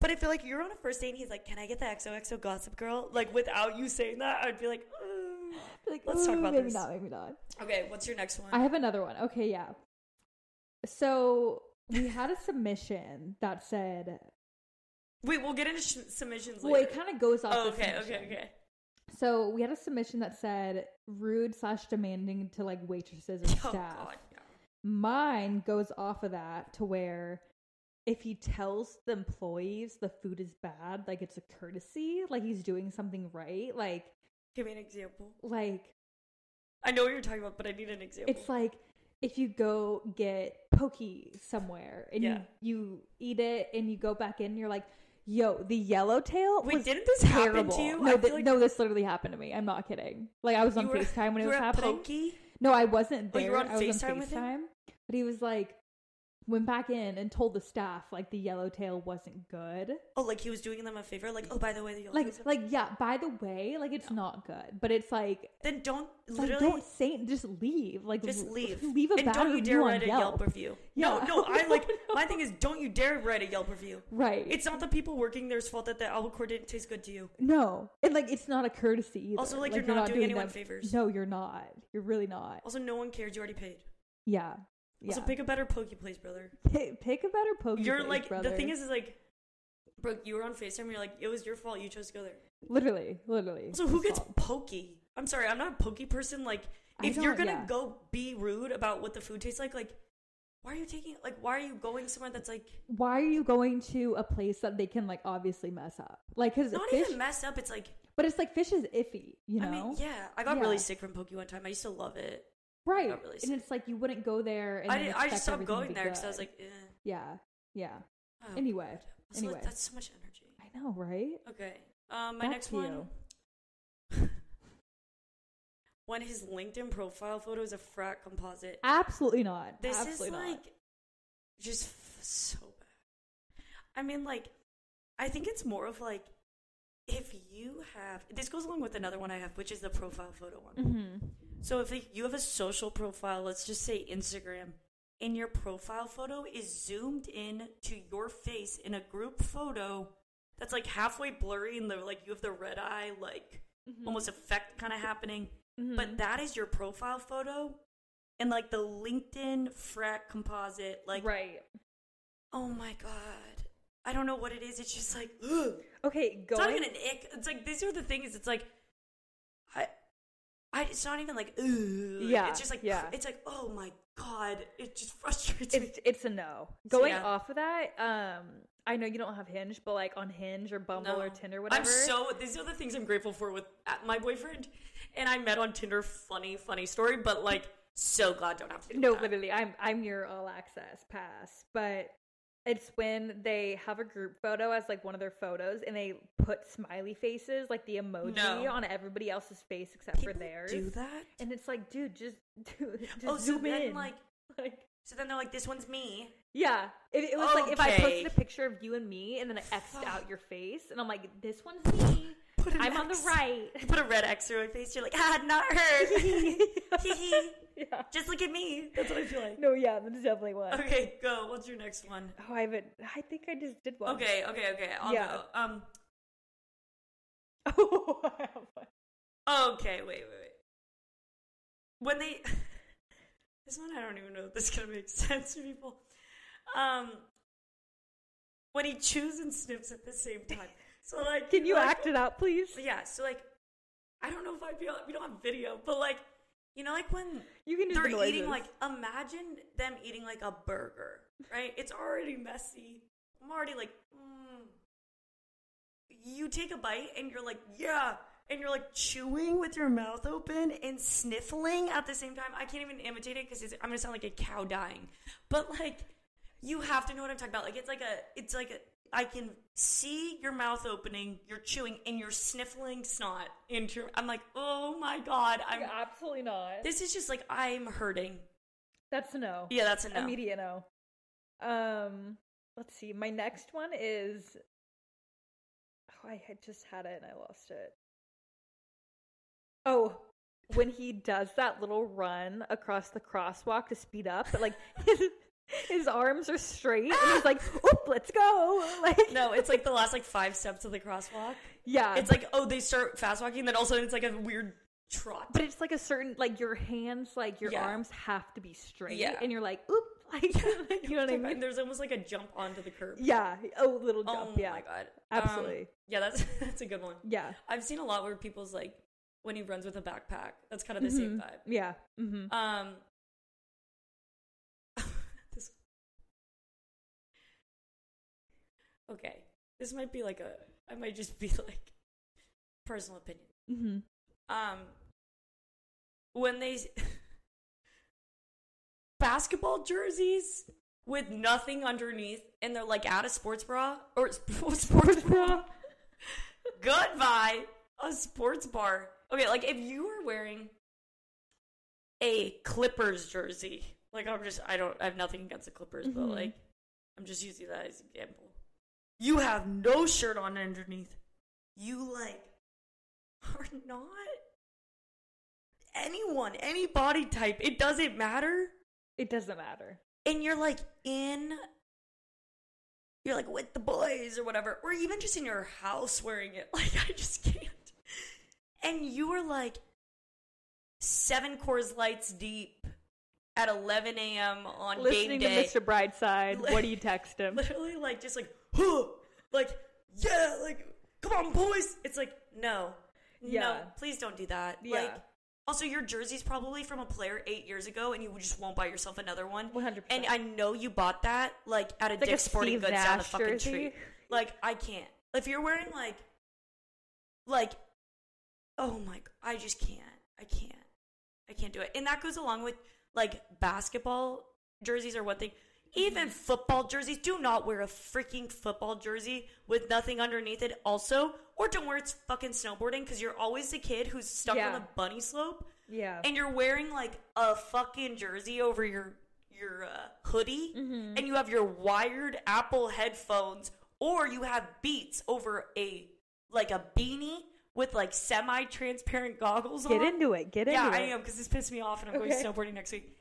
S1: But I feel like you're on a first date and he's like, Can I get the XOXO gossip girl? Like without you saying that, I'd be like, "Ooh."
S2: Like,
S1: Let's talk
S2: "Ooh,
S1: about
S2: maybe
S1: this."
S2: not, maybe not.
S1: Okay, what's your next one?
S2: I have another one. Okay, yeah. So we had a submission that said,
S1: Wait, we'll get into sh- submissions later.
S2: well, it kind of goes off.
S1: oh,
S2: the
S1: okay, okay,
S2: submission.
S1: okay.
S2: So we had a submission that said rude slash demanding to like waitresses and
S1: Oh
S2: staff.
S1: god. yeah.
S2: Mine goes off of that to where if he tells the employees the food is bad, like it's a courtesy, like he's doing something right, like
S1: Give me an example.
S2: like
S1: I know what you're talking about, but I need an example.
S2: It's like if you go get pokey somewhere and
S1: Yeah.
S2: you, you eat it and you go back in, you're like, yo, the yellowtail
S1: Wait,
S2: was
S1: didn't this
S2: terrible.
S1: happen to you? I
S2: No,
S1: feel
S2: thi-
S1: like-
S2: no, this literally happened to me. I'm not kidding. Like I was on
S1: You were-
S2: FaceTime when it
S1: you
S2: was
S1: were at
S2: happening.
S1: Pokey?
S2: No, I wasn't
S1: Oh,
S2: there.
S1: you were on
S2: I was
S1: FaceTime
S2: on
S1: with him?
S2: FaceTime. E But he was like went back in and told the staff like the yellowtail wasn't good.
S1: Oh, like he was doing them a favor. Like, oh, by the way, the
S2: Like
S1: like,
S2: like yeah, by the way, like it's not good. But it's like
S1: then don't
S2: like,
S1: literally
S2: don't say just leave. Like
S1: just
S2: l-
S1: leave.
S2: Leave a
S1: and
S2: bad
S1: don't you
S2: review
S1: dare
S2: on
S1: write a Yelp,
S2: Yelp.
S1: review.
S2: Yeah.
S1: No, no, I like
S2: No, no.
S1: my thing is don't you dare write a Yelp review.
S2: Right.
S1: It's not the people working there's fault that the apple core didn't taste good to you.
S2: no, and like it's not a courtesy either.
S1: Also, like, you're not doing anyone favors.
S2: No, you're not. You're really not.
S1: Also, no one cares. You already paid.
S2: Yeah. Yeah.
S1: Also, pick a better pokey place, brother.
S2: pick, pick a better Pokemon.
S1: you're like the thing is, is like, Brooke, you were on Facetime. You're like, it was your fault. You chose to go there.
S2: literally, literally.
S1: So who
S2: his
S1: gets
S2: fault.
S1: pokey? I'm sorry, I'm not a pokey person. Like,
S2: I
S1: if you're
S2: don't-
S1: gonna
S2: yeah.
S1: go be rude about what the food tastes like, like, why are you taking? Like, why are you going somewhere that's like
S2: Why are you going to a place that they can like obviously mess up? Like because
S1: not
S2: fish,
S1: even mess up? It's like,
S2: but it's like fish is iffy. You know.
S1: I mean, yeah, I got really
S2: Yeah.
S1: sick from pokey one time. I used to love it.
S2: Right.
S1: got really
S2: and
S1: sick.
S2: it's like you wouldn't go there. And
S1: I
S2: then
S1: didn't, I
S2: expect
S1: just stopped
S2: everything to
S1: going
S2: be
S1: there because I was
S2: good.
S1: like, eh.
S2: yeah, yeah.
S1: Oh,
S2: Anyway,
S1: God. Also, like,
S2: anyway.
S1: that's so much energy.
S2: I know, right?
S1: Okay, um, my
S2: Back
S1: next
S2: to
S1: one.
S2: you.
S1: when his LinkedIn profile photo is a frat composite.
S2: Absolutely not.
S1: This
S2: Absolutely
S1: is
S2: not.
S1: like just f- so bad. I mean, like, I think it's more of like if you have this goes along with another one I have, which is the profile photo one.
S2: Mhm.
S1: So if like, you have a social profile, let's just say Instagram, and your profile photo is zoomed in to your face in a group photo that's like halfway blurry and the like you have the red eye like almost effect kind of happening,
S2: Mm-hmm.
S1: but that is your profile photo. And like the LinkedIn frat composite, like
S2: right.
S1: oh my god, I don't know what it is. It's just like ugh.
S2: Okay,
S1: It's
S2: going.
S1: not even an ick. It's like these are the things. It's like, I, I. It's not even like. Ugh.
S2: Yeah,
S1: It's just like.
S2: yeah.
S1: It's like. Oh my god. It just frustrates me.
S2: it's it's a no. Going
S1: yeah.
S2: off of that, um, I know you don't have Hinge, but like on Hinge or Bumble or
S1: No.
S2: Tinder, whatever.
S1: I'm so. These are the things I'm grateful for with uh, my boyfriend, and I met on Tinder. Funny, funny story, but like so glad don't have to do
S2: No,
S1: that.
S2: literally, I'm I'm your all access pass, but it's when they have a group photo as like one of their photos, and they put smiley faces, like the emoji,
S1: No.
S2: on everybody else's face except
S5: People
S2: for theirs.
S5: do that?
S2: And it's like, dude, just, dude, just
S1: Oh, so
S2: zoom
S1: then
S2: in.
S1: like,
S2: like,
S1: so then they're like, this one's me.
S2: yeah. It, it was like if I
S1: Okay.
S2: posted a picture of you and me, and then I xed out your face, and I'm like, this one's me.
S5: Put an
S2: I'm on the
S5: X.
S2: right.
S5: You put a red X through my face. You're like, ah, not her. Hee-hee.
S2: yeah.
S5: Just look at me. That's what I feel like.
S2: No, yeah, that's definitely one.
S5: Okay, go. What's your next one?
S2: Oh, I haven't. I think I just did one.
S1: Okay, okay, okay. I'll
S2: Yeah.
S1: go. Um.
S2: Oh, I have one.
S1: Okay, wait, wait, wait. When they, this one I don't even know if this is gonna make sense to people. Um. When he chews and snips at the same time. So like,
S2: Can you
S1: like,
S2: act it out, please?
S1: Yeah. So like, I don't know if I feel. We don't have video, but like, you know, like when
S2: You can do
S1: they're
S2: the noises.
S1: eating like imagine them eating like a burger right it's already messy i'm already like mm. you take a bite and you're like yeah and you're like chewing with your mouth open and sniffling at the same time i can't even imitate it because i'm gonna sound like a cow dying but like you have to know what i'm talking about like it's like a it's like a I can see your mouth opening, you're chewing, and you're sniffling snot into. your- I'm like, oh my god, I'm
S2: Yeah, absolutely not.
S1: this is just like I'm hurting.
S2: That's a no.
S1: Yeah, that's a no.
S2: Immediate no. Um, let's see. My next one is. Oh, I had just had it and I lost it. Oh, when he does that little run across the crosswalk to speed up, but like his, his arms are straight and he's like, "Oop, let's go!" Like,
S1: No, it's like the last like five steps of the crosswalk.
S2: yeah,
S1: It's like oh, they start fast walking, then all of a sudden it's like a weird trot.
S2: But it's like a certain like your hands, like your
S1: Yeah.
S2: arms have to be straight,
S1: Yeah.
S2: and you're like, oop, like you know what I
S1: and
S2: mean?
S1: there's almost like a jump onto the curb.
S2: Yeah, oh, little jump,
S1: Oh
S2: yeah,
S1: my god, Um,
S2: absolutely,
S1: yeah, that's that's a good one.
S2: yeah,
S1: I've seen a lot where people's like when he runs with a backpack. That's kind of the
S2: Mhm.
S1: same vibe.
S2: yeah, hmm
S1: Um, this. Okay, this might be like a. I might just be like personal opinion.
S2: hmm
S1: um when they basketball jerseys with nothing underneath and they're like out of sports bra or s- sports bra goodbye a sports bar okay like if you were wearing a clippers jersey like i'm just i don't i have nothing against the clippers but
S2: Mhm.
S1: like i'm just using that as an example you have no shirt on underneath you like are not anyone, any body type. It doesn't matter.
S2: It doesn't matter.
S1: And you're like in, you're like with the boys or whatever, or even just in your house wearing it. Like, I just can't. And you were like seven Coors Lights deep at 11 a.m. on
S2: Listening
S1: game day.
S2: to Mr. Brightside, what do you text him?
S1: literally like just like huh like yeah like come on boys it's like no no
S2: Yeah.
S1: please don't do that like
S2: Yeah.
S1: also your jersey's probably from a player eight years ago and you just won't buy yourself another one
S2: 100%.
S1: and i know you bought that like at a
S2: like a
S1: dick's sporting
S2: Steve
S1: goods down the
S2: Nash
S1: fucking
S2: jersey.
S1: tree like i can't if you're wearing like like oh my g- i just can't i can't i can't do it and that goes along with like basketball jerseys are one thing even football jerseys do not wear a freaking football jersey with nothing underneath it also or don't wear it's fucking snowboarding because you're always the kid who's stuck on
S2: Yeah.
S1: the bunny slope
S2: Yeah,
S1: and you're wearing like a fucking jersey over your your uh, hoodie
S2: Mm-hmm.
S1: and you have your wired apple headphones or you have beats over a like a beanie with like semi-transparent goggles
S2: get
S1: on
S2: into it. Get
S1: yeah
S2: into
S1: i
S2: it.
S1: am because this pissed me off and i'm
S2: Okay.
S1: going snowboarding next week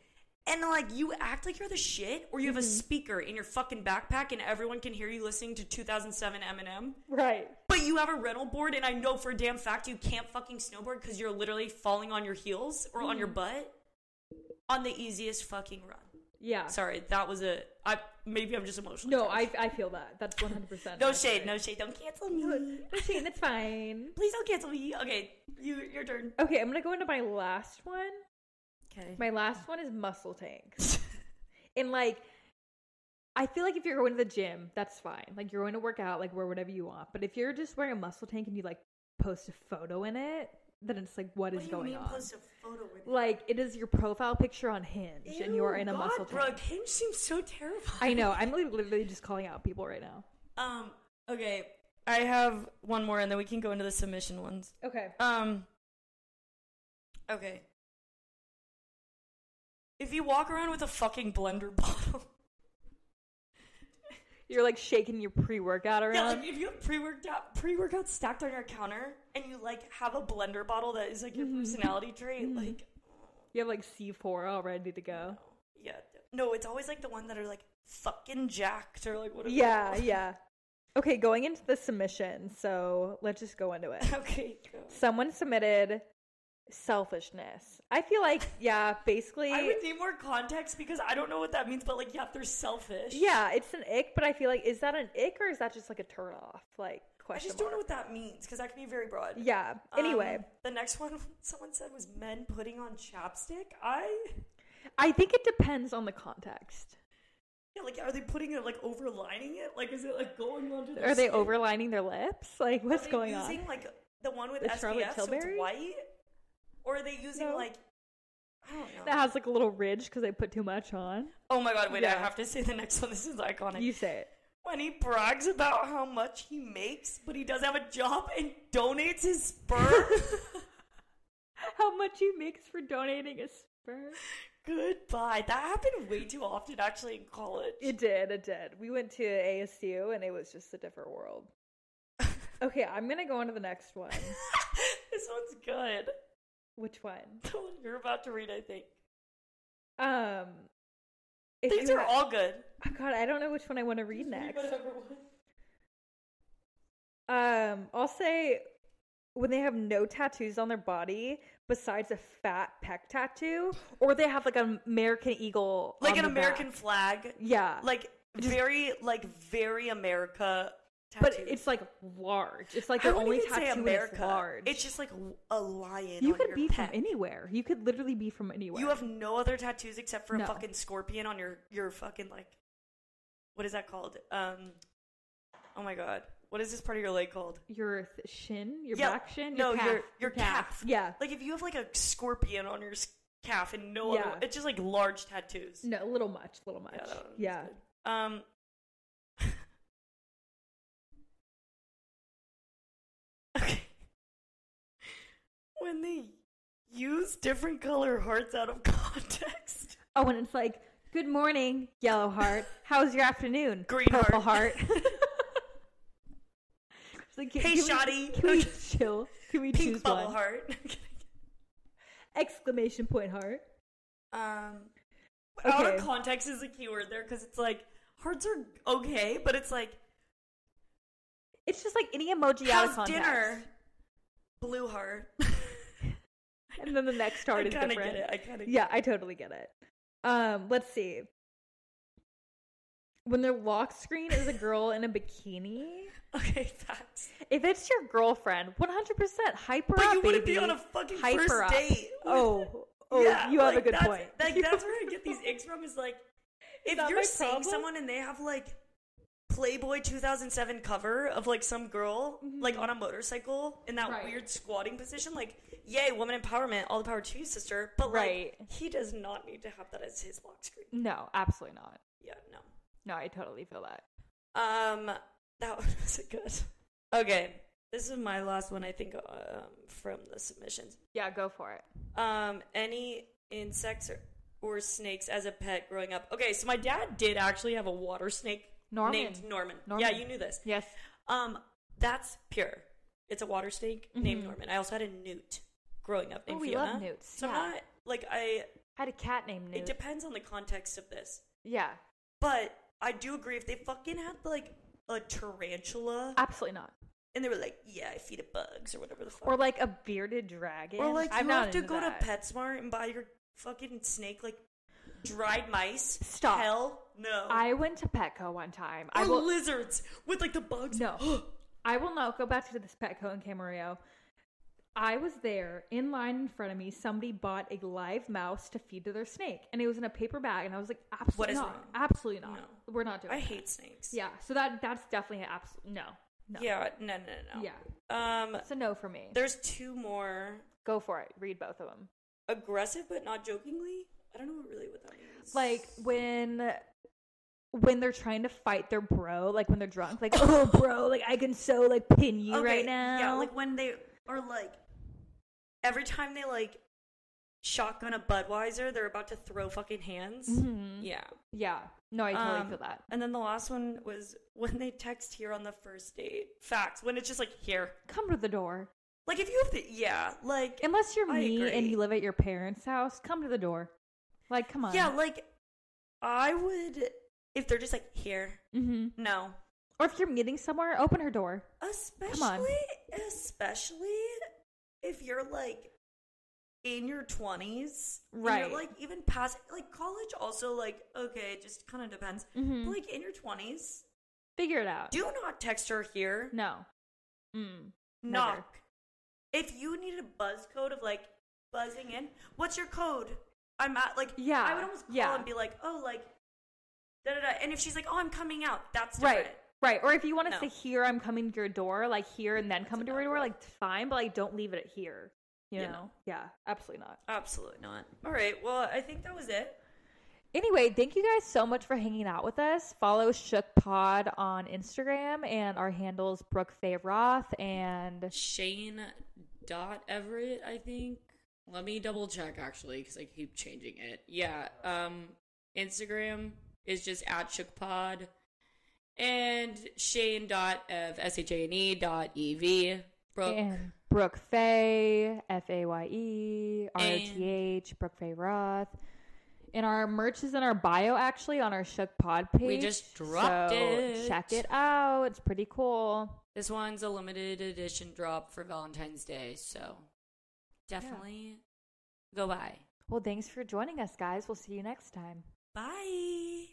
S1: and like you act like you're the shit or you
S2: Mm-hmm.
S1: have a speaker in your fucking backpack and everyone can hear you listening to 2007 eminem
S2: Right.
S1: but you have a rental board, and I know for a damn fact you can't fucking snowboard because you're literally falling on your heels or on your
S2: Mm.
S1: butt on the easiest fucking run.
S2: Yeah.
S1: Sorry, that was a. I maybe I'm just emotional.
S2: No, I I feel that. That's one hundred percent.
S1: no shade, no shade. Don't cancel me.
S2: shade. That's fine.
S1: Please don't cancel me. Okay, you your turn.
S2: Okay, I'm gonna go into my last one.
S1: Okay.
S2: My last one is muscle tanks. and like, I feel like if you're going to the gym, that's fine. Like you're going to work out, like wear whatever you want. But if you're just wearing a muscle tank and you like post a photo in it, then it's like, what is
S1: what do you
S2: going
S1: mean
S2: on?
S1: post a photo with it?
S2: Like it is your profile picture on Hinge, and you are
S1: Ew,
S2: in a
S1: God,
S2: muscle
S1: Brooke,
S2: tank.
S1: Hinge seems so terrifying.
S2: I know. I'm li- literally just calling out people right now.
S1: Um,
S6: Okay, I have one more, and then we can go into the submission ones.
S2: Okay.
S6: Um,
S1: okay. If you walk around with a fucking blender bottle,
S2: You're like shaking your pre-workout
S1: yeah,
S2: around.
S1: like if you have pre workout pre workout stacked on your counter, and you like have a blender bottle that is like your
S2: Mm-hmm.
S1: personality trait, like
S2: you have like C4 all ready to go.
S1: yeah, no, it's always like the one that are like fucking jacked or like whatever.
S2: Yeah, yeah. Okay, going into the submission. So let's just go into it.
S1: okay, go.
S2: Someone submitted selfishness. I feel like, yeah, basically.
S1: I would need more context because I don't know what that means, but like, yeah, they're selfish.
S2: yeah, it's an ick, but I feel like, is that an ick or is that just like a turn off? Like,
S1: I
S2: question
S1: just don't know
S2: mark.
S1: what that means because that can be very broad.
S2: Yeah, anyway.
S1: Um, the next one someone said was men putting on chapstick. I
S2: I think it depends on the context.
S1: yeah, like are they putting it like overlining it? Like is it like going under? Their
S2: Are they
S1: skin?
S2: overlining their lips? Like,
S1: Are
S2: what's
S1: they
S2: going
S1: using
S2: on?
S1: like the one with
S2: The
S1: SPF
S2: Charlotte
S1: so it's
S2: Tilbury?
S1: white, or are they using
S2: No.
S1: like I don't know.
S2: That has like a little ridge because they put too much on.
S1: oh my god! Wait, I
S2: Yeah.
S1: have to say the next one. This is iconic.
S2: You say it.
S1: when he brags about how much he makes, but he does have a job and donates his sperm.
S2: How much you mix for donating a sperm?
S1: Goodbye. That happened way too often, actually, in college.
S2: It did, it did. We went to ASU and it was just a different world. okay, I'm gonna go on to the next one.
S1: this one's good.
S2: Which one?
S1: The one you're about to read, I think.
S2: Um if
S1: These
S2: you
S1: are
S2: ha-
S1: all good.
S2: Oh, God, I don't know which one I want to read next.
S1: Whatever one.
S2: Um, I'll say when they have no tattoos on their body besides a fat pec tattoo, or they have like an American eagle,
S1: Like
S2: on
S1: an
S2: the
S1: American
S2: back.
S1: flag.
S2: yeah.
S1: Like
S2: Just-
S1: very, like very America.
S2: but
S1: tattoo.
S2: it's like large. It's like
S1: I
S2: their
S1: wouldn't
S2: only
S1: even say
S2: tattoo
S1: America.
S2: is large.
S1: It's just like a lion.
S2: you
S1: on
S2: could
S1: your
S2: be
S1: pec.
S2: from anywhere. You could literally be from anywhere.
S1: You have no other tattoos except for
S2: No.
S1: a fucking scorpion on your your fucking like what is that called? Um Oh my god. What is this part of your leg called?
S2: your th- shin, your
S1: Yeah,
S2: back shin,
S1: no,
S2: your calf,
S1: your- your calf.
S2: Yeah.
S1: Like if you have like a scorpion on your s- calf and no
S2: Yeah.
S1: other it's just like large tattoos.
S2: No, a little much, a little much.
S1: Yeah, that one was
S2: Yeah.
S1: good. Um Okay. When they use different color hearts out of context.
S2: Oh, and it's like, good morning, yellow heart. How's your afternoon?
S1: Green
S2: purple
S1: heart."
S2: heart. It's like,
S1: Hey,
S2: can we-
S1: shoddy.
S2: Can we chill? Can we choose
S1: Pink bubble
S2: one?
S1: heart.
S2: Exclamation point heart.
S1: Um, out
S2: Okay.
S1: of context is a keyword there because it's like hearts are okay, but it's like
S2: It's just like any emoji out of
S1: how's
S2: context.
S1: dinner? Blue heart.
S2: And then the next heart
S1: I
S2: is
S1: kind of
S2: different.
S1: get it. I kind of
S2: Yeah, I totally get it. Um, let's see. When their lock screen is a girl in a bikini,
S1: Okay, facts.
S2: if it's your girlfriend, one hundred percent hyper
S1: But
S2: up,
S1: you wouldn't
S2: baby.
S1: be on a fucking
S2: hyper
S1: first
S2: up.
S1: date.
S2: Oh, oh,
S1: Yeah,
S2: you have a
S1: like,
S2: good
S1: that's,
S2: point.
S1: Like that's where I get these icks from. Is like if
S2: that
S1: you're
S2: my
S1: seeing
S2: problem?
S1: someone and they have like Playboy 2007 cover of like some girl like on a motorcycle in that
S2: Mm-hmm. Right.
S1: weird squatting position. Like, yay, woman empowerment, all the power to you, sister. But like,
S2: Right.
S1: he does not need to have that as his lock screen.
S2: no, absolutely not.
S1: Yeah, no.
S2: No, I totally feel that.
S1: Um, that one was good. Okay, this is my last one. I think um, from the submissions.
S2: Yeah, go for it.
S1: Um, any insects or, or snakes as a pet growing up? Okay, so my dad did actually have a water snake
S2: Norman.
S1: named Norman. Yeah,
S2: Norman.
S1: you knew this.
S2: Yes.
S1: Um, that's pure. It's a water snake named Norman. I also had a newt growing up
S2: Oh,
S1: named
S2: Mm-hmm. we
S1: Fiona.
S2: love newts,
S1: So I'm
S2: yeah.
S1: not like I.
S2: Had a cat named
S1: It
S2: Newt.
S1: depends on the context of this,
S2: yeah,
S1: but I do agree if they fucking had like a tarantula
S2: absolutely not.
S1: and they were like, "Yeah, I feed it bugs or whatever the fuck,"
S2: Or like a bearded dragon.
S1: Or, like
S2: I'm
S1: you
S2: not
S1: have to
S2: into
S1: go
S2: that.
S1: to PetSmart and buy your fucking snake like dried mice.
S2: Stop.
S1: Hell no.
S2: I went to Petco one time.
S1: or
S2: I will.
S1: lizards with like the bugs.
S2: No. I will not go back to this Petco in Camarillo. I was there in line in front of me. Somebody bought a live mouse to feed to their snake, and it was in a paper bag. And I was like, absolutely
S1: is
S2: not,
S1: wrong?
S2: absolutely not.
S1: No.
S2: We're not doing.
S1: I
S2: that."
S1: hate snakes.
S2: Yeah, so that that's definitely an absolute no, no.
S1: Yeah. No. No. No. no.
S2: yeah.
S1: Um.
S2: It's a no for me.
S1: There's two more.
S2: Go for it. Read both of them.
S1: Aggressive, but not jokingly. I don't know really what that means.
S2: Like when when they're trying to fight their bro, like when they're drunk, like oh bro, like I can so like pin you
S1: Okay,
S2: right now.
S1: Yeah, like when they are like every time they like shotgun a Budweiser, they're about to throw fucking hands.
S2: Mhm.
S1: Yeah.
S2: yeah. No, I totally
S1: Um,
S2: feel that.
S1: And then the last one was when they text here on the first date. Facts. When it's just like here.
S2: Come to the door.
S1: Like if you have to yeah, like
S2: Unless you're
S1: I
S2: me and
S1: agree.
S2: you live at your parents' house, come to the door. Like, come on.
S1: Yeah, like I would if they're just like here.
S2: mm-hmm.
S1: No.
S2: Or if you're meeting somewhere, open her door.
S1: Especially
S2: on.
S1: especially if you're like in your 20s. and
S2: Right.
S1: You're like even past like college also like okay, it just kind of depends.
S2: Mhm.
S1: But, like in your 20s,
S2: Figure it out.
S1: do not text her here.
S2: no. Mm. never.
S1: Knock. If you needed a buzz code of like buzzing in, what's your code? I'm at like
S2: Yeah,
S1: I would almost call
S2: yeah.
S1: and be like, "Oh, like da da da." And if she's like, "Oh, I'm coming out." That's different.
S2: Right. Right. Or if you want to
S1: No.
S2: say here, I'm coming to your door, like here and then come to your door, like fine, but like don't leave it at here. You
S1: Yeah,
S2: know?
S1: no.
S2: Yeah, absolutely not.
S1: Absolutely not. All right. Well, I think that was it.
S2: Anyway, thank you guys so much for hanging out with us. Follow Shook Pod on Instagram and our handles Brooke Faye Roth and
S4: Shane dot Everett, I think. Let me double check actually, because I keep changing it. Yeah. Um Instagram is just at shookpod. And Shane dot of S H A N E dot E V. Brooke.
S2: and Brooke Faye, F A Y E R O T H, Brooke Faye Roth. And our merch is in our bio actually on our Shook Pod page.
S4: We just dropped
S2: so
S4: it.
S2: Check it out. It's pretty cool.
S4: This one's a limited edition drop for Valentine's Day, so definitely go buy.
S2: Well, thanks for joining us, guys. We'll see you next time.
S1: Bye.